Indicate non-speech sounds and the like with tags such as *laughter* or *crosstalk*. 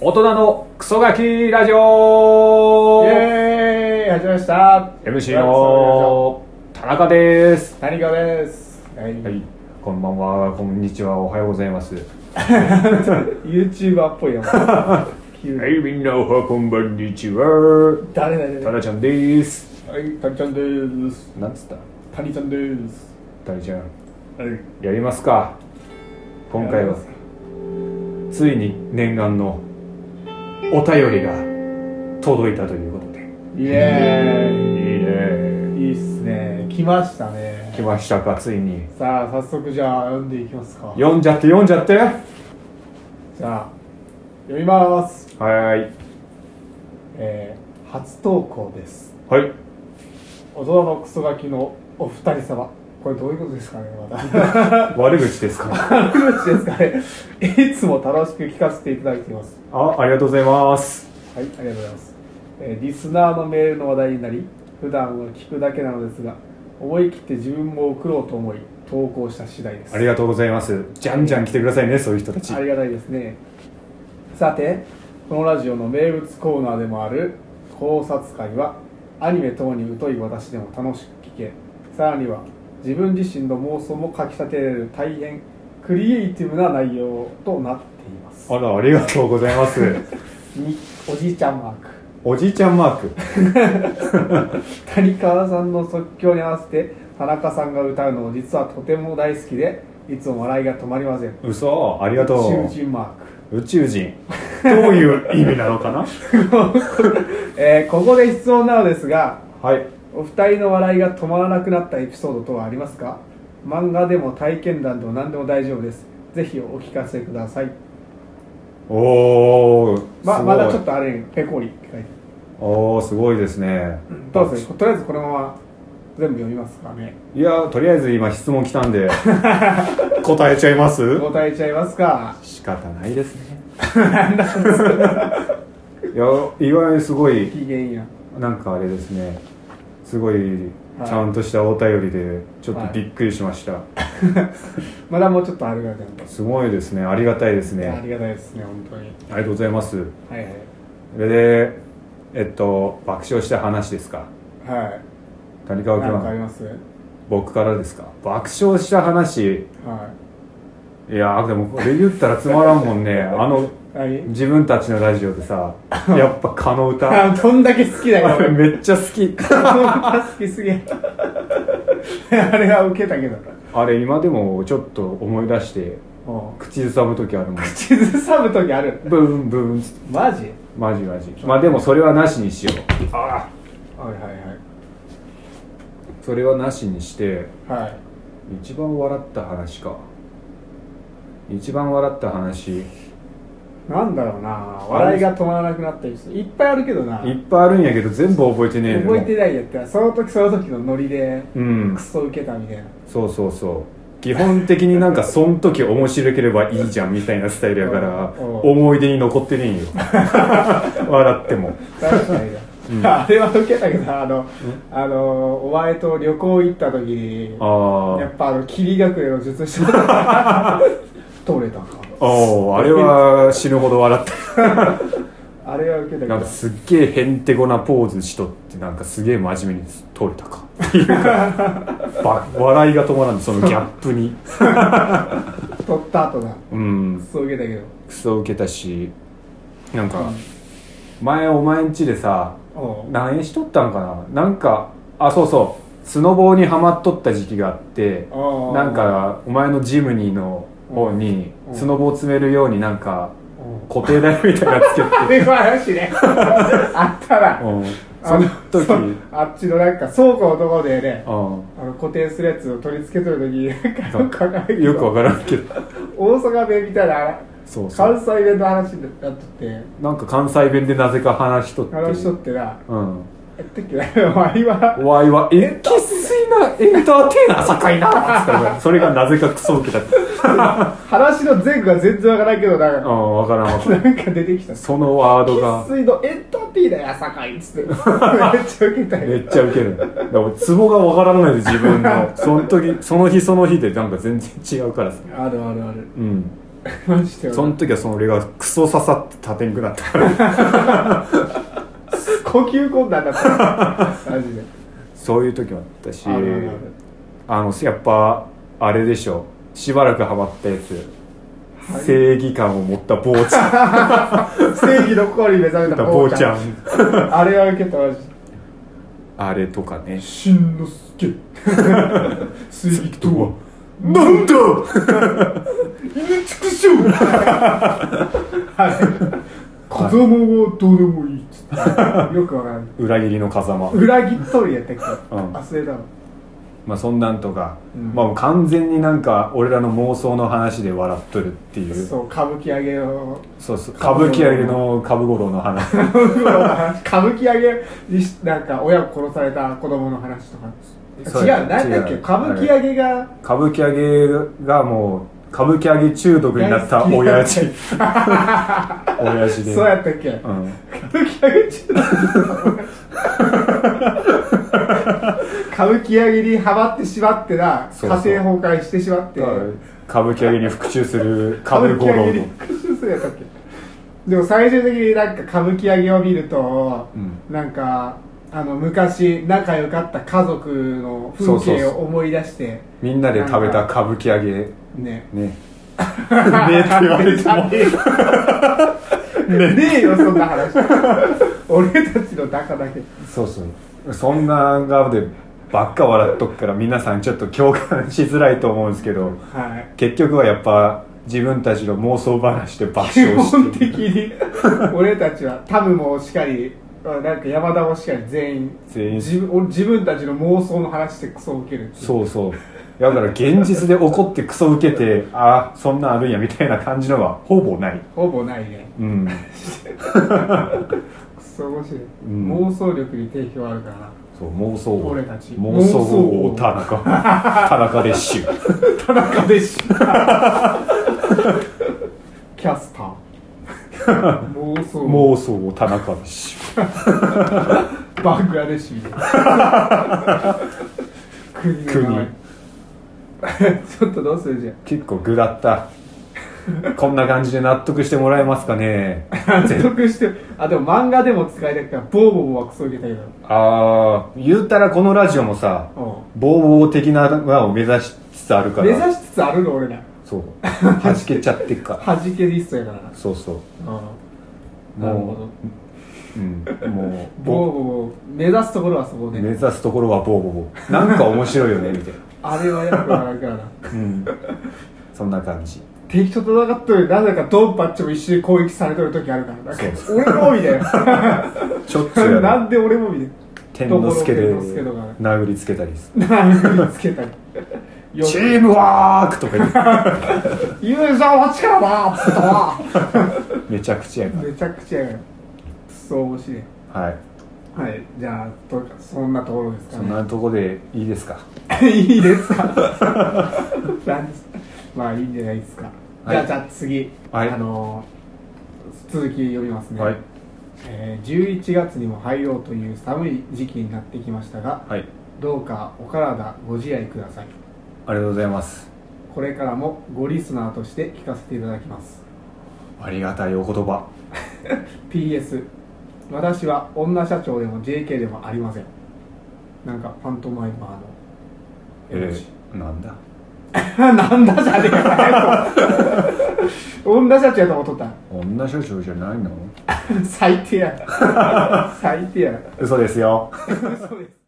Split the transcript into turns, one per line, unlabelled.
大人のクソガキラジオ
イエーイ始めました
MC の田中です
谷川ですはい、
はいこんばんはこんにちはおはようございます *laughs* は
YouTuber っぽいよ急に
いみんなおはこんばんにちは
誰だ誰
タ
だ
ラちゃんです
はい谷ちゃんです
なんつった
谷ちゃんです
タラちゃん
はい
やりますか今回はついに念願のお便りが届いたということでい
イエ
いね
ーイいいっすね来ましたね
来ましたかついに
さあ早速じゃあ読んでいきますか
読んじゃって読んじゃっては
じゃあ読みます
ーい
えー、初投稿です
はい
大人のクソガキのお二人様これどういうことですかねまた *laughs*
悪口ですか
悪口ですかねいつも楽しく聞かせていただいています
あありがとうございます
はい、ありがとうございます、えーリスナーのメールの話題になり普段は聞くだけなのですが思い切って自分も送ろうと思い投稿した次第です
ありがとうございますじゃんじゃん来てくださいねそういう人たち
ありがたいですねさてこのラジオの名物コーナーでもある考察会はアニメ等に疎い私でも楽しく聞けさらには自分自身の妄想もかきたてられる大変クリエイティブな内容となっています
あらありがとうございます
におじいちゃんマーク
おじいちゃんマーク
谷川さんの即興に合わせて田中さんが歌うのを実はとても大好きでいつも笑いが止まりません
嘘ありがと
宇宙人マーク
う宇宙人どういう意味なのかな
えーここで質問なのですが
はい
お二人の笑いが止まらなくなったエピソードとはありますか漫画でも体験談でも何でも大丈夫ですぜひお聞かせください
おお
ままだちょっとあれペコリって書いて
おおすごいですね
あるどうですかとりあえずこのまま全部読みますかね
いやとりあえず今質問来たんで答えちゃいます
答えちゃいますか
仕方ないですね *laughs* いや意外にすごい
機嫌や
なんかあれですねすごい
はい
ちゃんとしたお便りでちょっ
はい
とびっくりしました、
まだもうちょっとあるからね
すごいですねありがたいですね
ありがたいですね本当に
ありがとうございます
はいはい
それでえっと爆笑した話ですか
はい。
谷川
なんかあり
君
ます。はい。
僕からですか爆笑した話いやーでもこれ言ったらつまらんもんねあの
何
自分たちのラジオでさやっぱ蚊の歌
*laughs* あ、どんだけ好きだ
あれ
よ。
めっちゃ好き
どんだけ好きすぎ。あれはウケたけど。
あれ今でもちょっと思い出して
もう
口ずさむ時あるもん
口ずさむ時ある。
ブンブン
マジ。
マジマジまあでもそれはなしにしようああ
はいはい
それはなしにして
はい。はい。
一番笑った話か一番笑った話いっ
なんだろうな。笑いが止まらなくなったりする。いっぱいあるけどな。
ぱいあるんやけど全部覚えてねえの
覚えてないやったら、その時その時のノリで。
うん
クソウケたみたいな。
そうそうそう基本的になんかそん時面白ければいいじゃんみたいなスタイルやから
うんうん
思い出に残って
*laughs*
ねえよ笑っても
確かになあれはウケたけど、あの、あの、お前と旅行行った時に。
あ
や
あ
っぱあの霧隠れの術師だ取れたか
ああれは死ぬほど笑った
あれは受けたけど
なんかすっげえへんてこなポーズしとってなんかすげえ真面目に撮れた
*laughs*
かっていうかば笑いが止まらんそのギャ
*laughs*
ップに
取った後だ
うん
そう受けたけど
クソ受けたしなんか
うん
前お前んちでさ
おう
何円しとったんかななんかあそうそうスノボーにハマっとった時期があって
ああ
なんかお前のジムニーの方に
うん
スノボー詰めるようになんか
おう
固定台みたいなのつ
*laughs*
けて
あれは嵐ねあったな
うん
あ
その時
そあっちのなんか倉庫のところでね
うん
あの固定するやつを取り付けとる時になんか
そう
よくわからんけど
よくわからんけど
大阪弁みたいな
そうそ
関
う
西弁の話になっとって
なんか関西弁でなぜか話しとって
話しとってな
うん
やってっけなお前は
おいはエキスイなエンターテイナー酒井なっつったからそれがなぜかクソ受けたう
話の前後が全然わからんけどなん
ん
か
わからんわからん
なんか出てきた
そのワードが
生水のエンターテイナーやさかいっ *laughs* つってめっちゃウケたよ
めっちゃウケるだから俺ツボがわからないで自分のその時その日その日でなんか全然違うからさ
あるあるある
うん
マジで
その時はその俺がクソ刺さって立てんくなったから
呼吸困難だったマジ *laughs* で
そういう時もあったし
あるあるある
あのやっぱあれでしょしばらくハマったやつ、
はい
正義感を持った坊ちゃん
正義の心に目覚めた
坊ちゃん
あれは受けたマジで
あれとかね
しんのすけ水撃とは
なんだ
犬畜生 *laughs* はい子供はどうでもいいっつってよくわからない
*laughs* 裏切りの風間、
裏切っとるやったっけ
ん
忘れたの
まあ、そんなんとか、
うん
まあ、もう完全になんか俺らの妄想の話で笑っとるっていう
そう歌舞伎揚げの
そうそう歌舞伎揚げの株五郎の話
*laughs* 歌舞伎揚げにしなんか親を殺された子供の話とか
そう
違う
や
なんだっ
違
け
う
歌舞伎揚げが
歌舞伎揚げがもう歌舞伎揚げ中毒になった親父親父で
そうやったっけ
うん
*laughs* 歌舞伎揚げ中毒歌舞伎揚げにハマってしまってな家
そうそう
庭崩壊してしまって
歌舞伎揚げに復讐する
歌
カ
舞
ブ五
伎揚
郎
げ
の
*laughs* に、復讐するやったっけでも最終的になんか歌舞伎揚げを見ると、
うん
なんかあの昔仲良かった家族の風
そうそう
景
そう
を思い出して
みんなで食べた歌舞伎揚げね
ね
ねって言われても
ねえ *laughs* ねえよそんな話俺たちの中だけ
そうそうそんな顔でばっか笑っとくから皆さんちょっと共感しづらいと思うんですけど
はい
結局はやっぱ自分たちの妄想話で爆笑
基本
して
的に俺たちはタムもしかりなんか山田もしかり全員
全員
自分俺自分たちの妄想の話でクソウケる
そうそうだから現実で怒ってクソ受けてああそんなんあるんやみたいな感じのはほぼない
ほぼないね
うん
クソ面白い、
ん
妄想力に定評あるからな
そう妄想王
俺たち
妄想王田
*laughs*
中田中レッシュ
田中
*laughs*
でしキャスタ
*laughs*
ー妄想
妄想王田中レッシュ
バングラデシュみたいな国の名前 *laughs* ちょっとどうするじゃん
結構グだったこんな感じで納得してもらえますかね
納得してあでも漫画でも使いたくてボーボーはクソ受けたけど
ああ言うたらこのラジオもさ
う
ボーボー的なのを目指しつつあるか
ん
ら
目指しつつあるの俺ら
そうはじけちゃってっか *laughs*
弾けリストやからな
そうそう
うんなるほ
も
ど
う、うん、もう
ボーボー目指すところはそこ
目
で、
指すところはボーボーボーなんか面白いよねみたい
あれはやっぱなんかな
なうんそんな感じ
敵と戦っとるなぜかドンパッチも一緒に攻撃されてる時あるからなんか
そ
俺もみたい
ちょっと
な
や
*laughs* な
なん
で俺もみたいな
天之助で
天之助とかね
殴りつけたりす
殴りつけたり
るチームワークとか言っ
ユーザーは力だつった
てめちゃくちゃや
わめちゃくちゃやがるくそ面白い
なはい
はいじゃあとそんなところですか
そん
ね
なとこでいいですか
いいです
*laughs*
かなんですまあいいんじゃないですか、
はい
じゃあじゃあ次、
はい
あのー続き読みます *laughs* ね、
はい
えー11月にも入ろうという寒い時期になってきましたが
はい
どうかお体ご自愛ください
ありがとうございます
これからもごリスナーとして聞かせていただきます
ありがたいお言葉
PS 私は女社長でも JK でもありませんなんかパントマイマーの絵文
え
字
ー、なんだ
*laughs* なんだじゃねえか最後女社長やと思っとった
女所長じゃないの
最低や *laughs* 最低や
嘘ですよ
そうです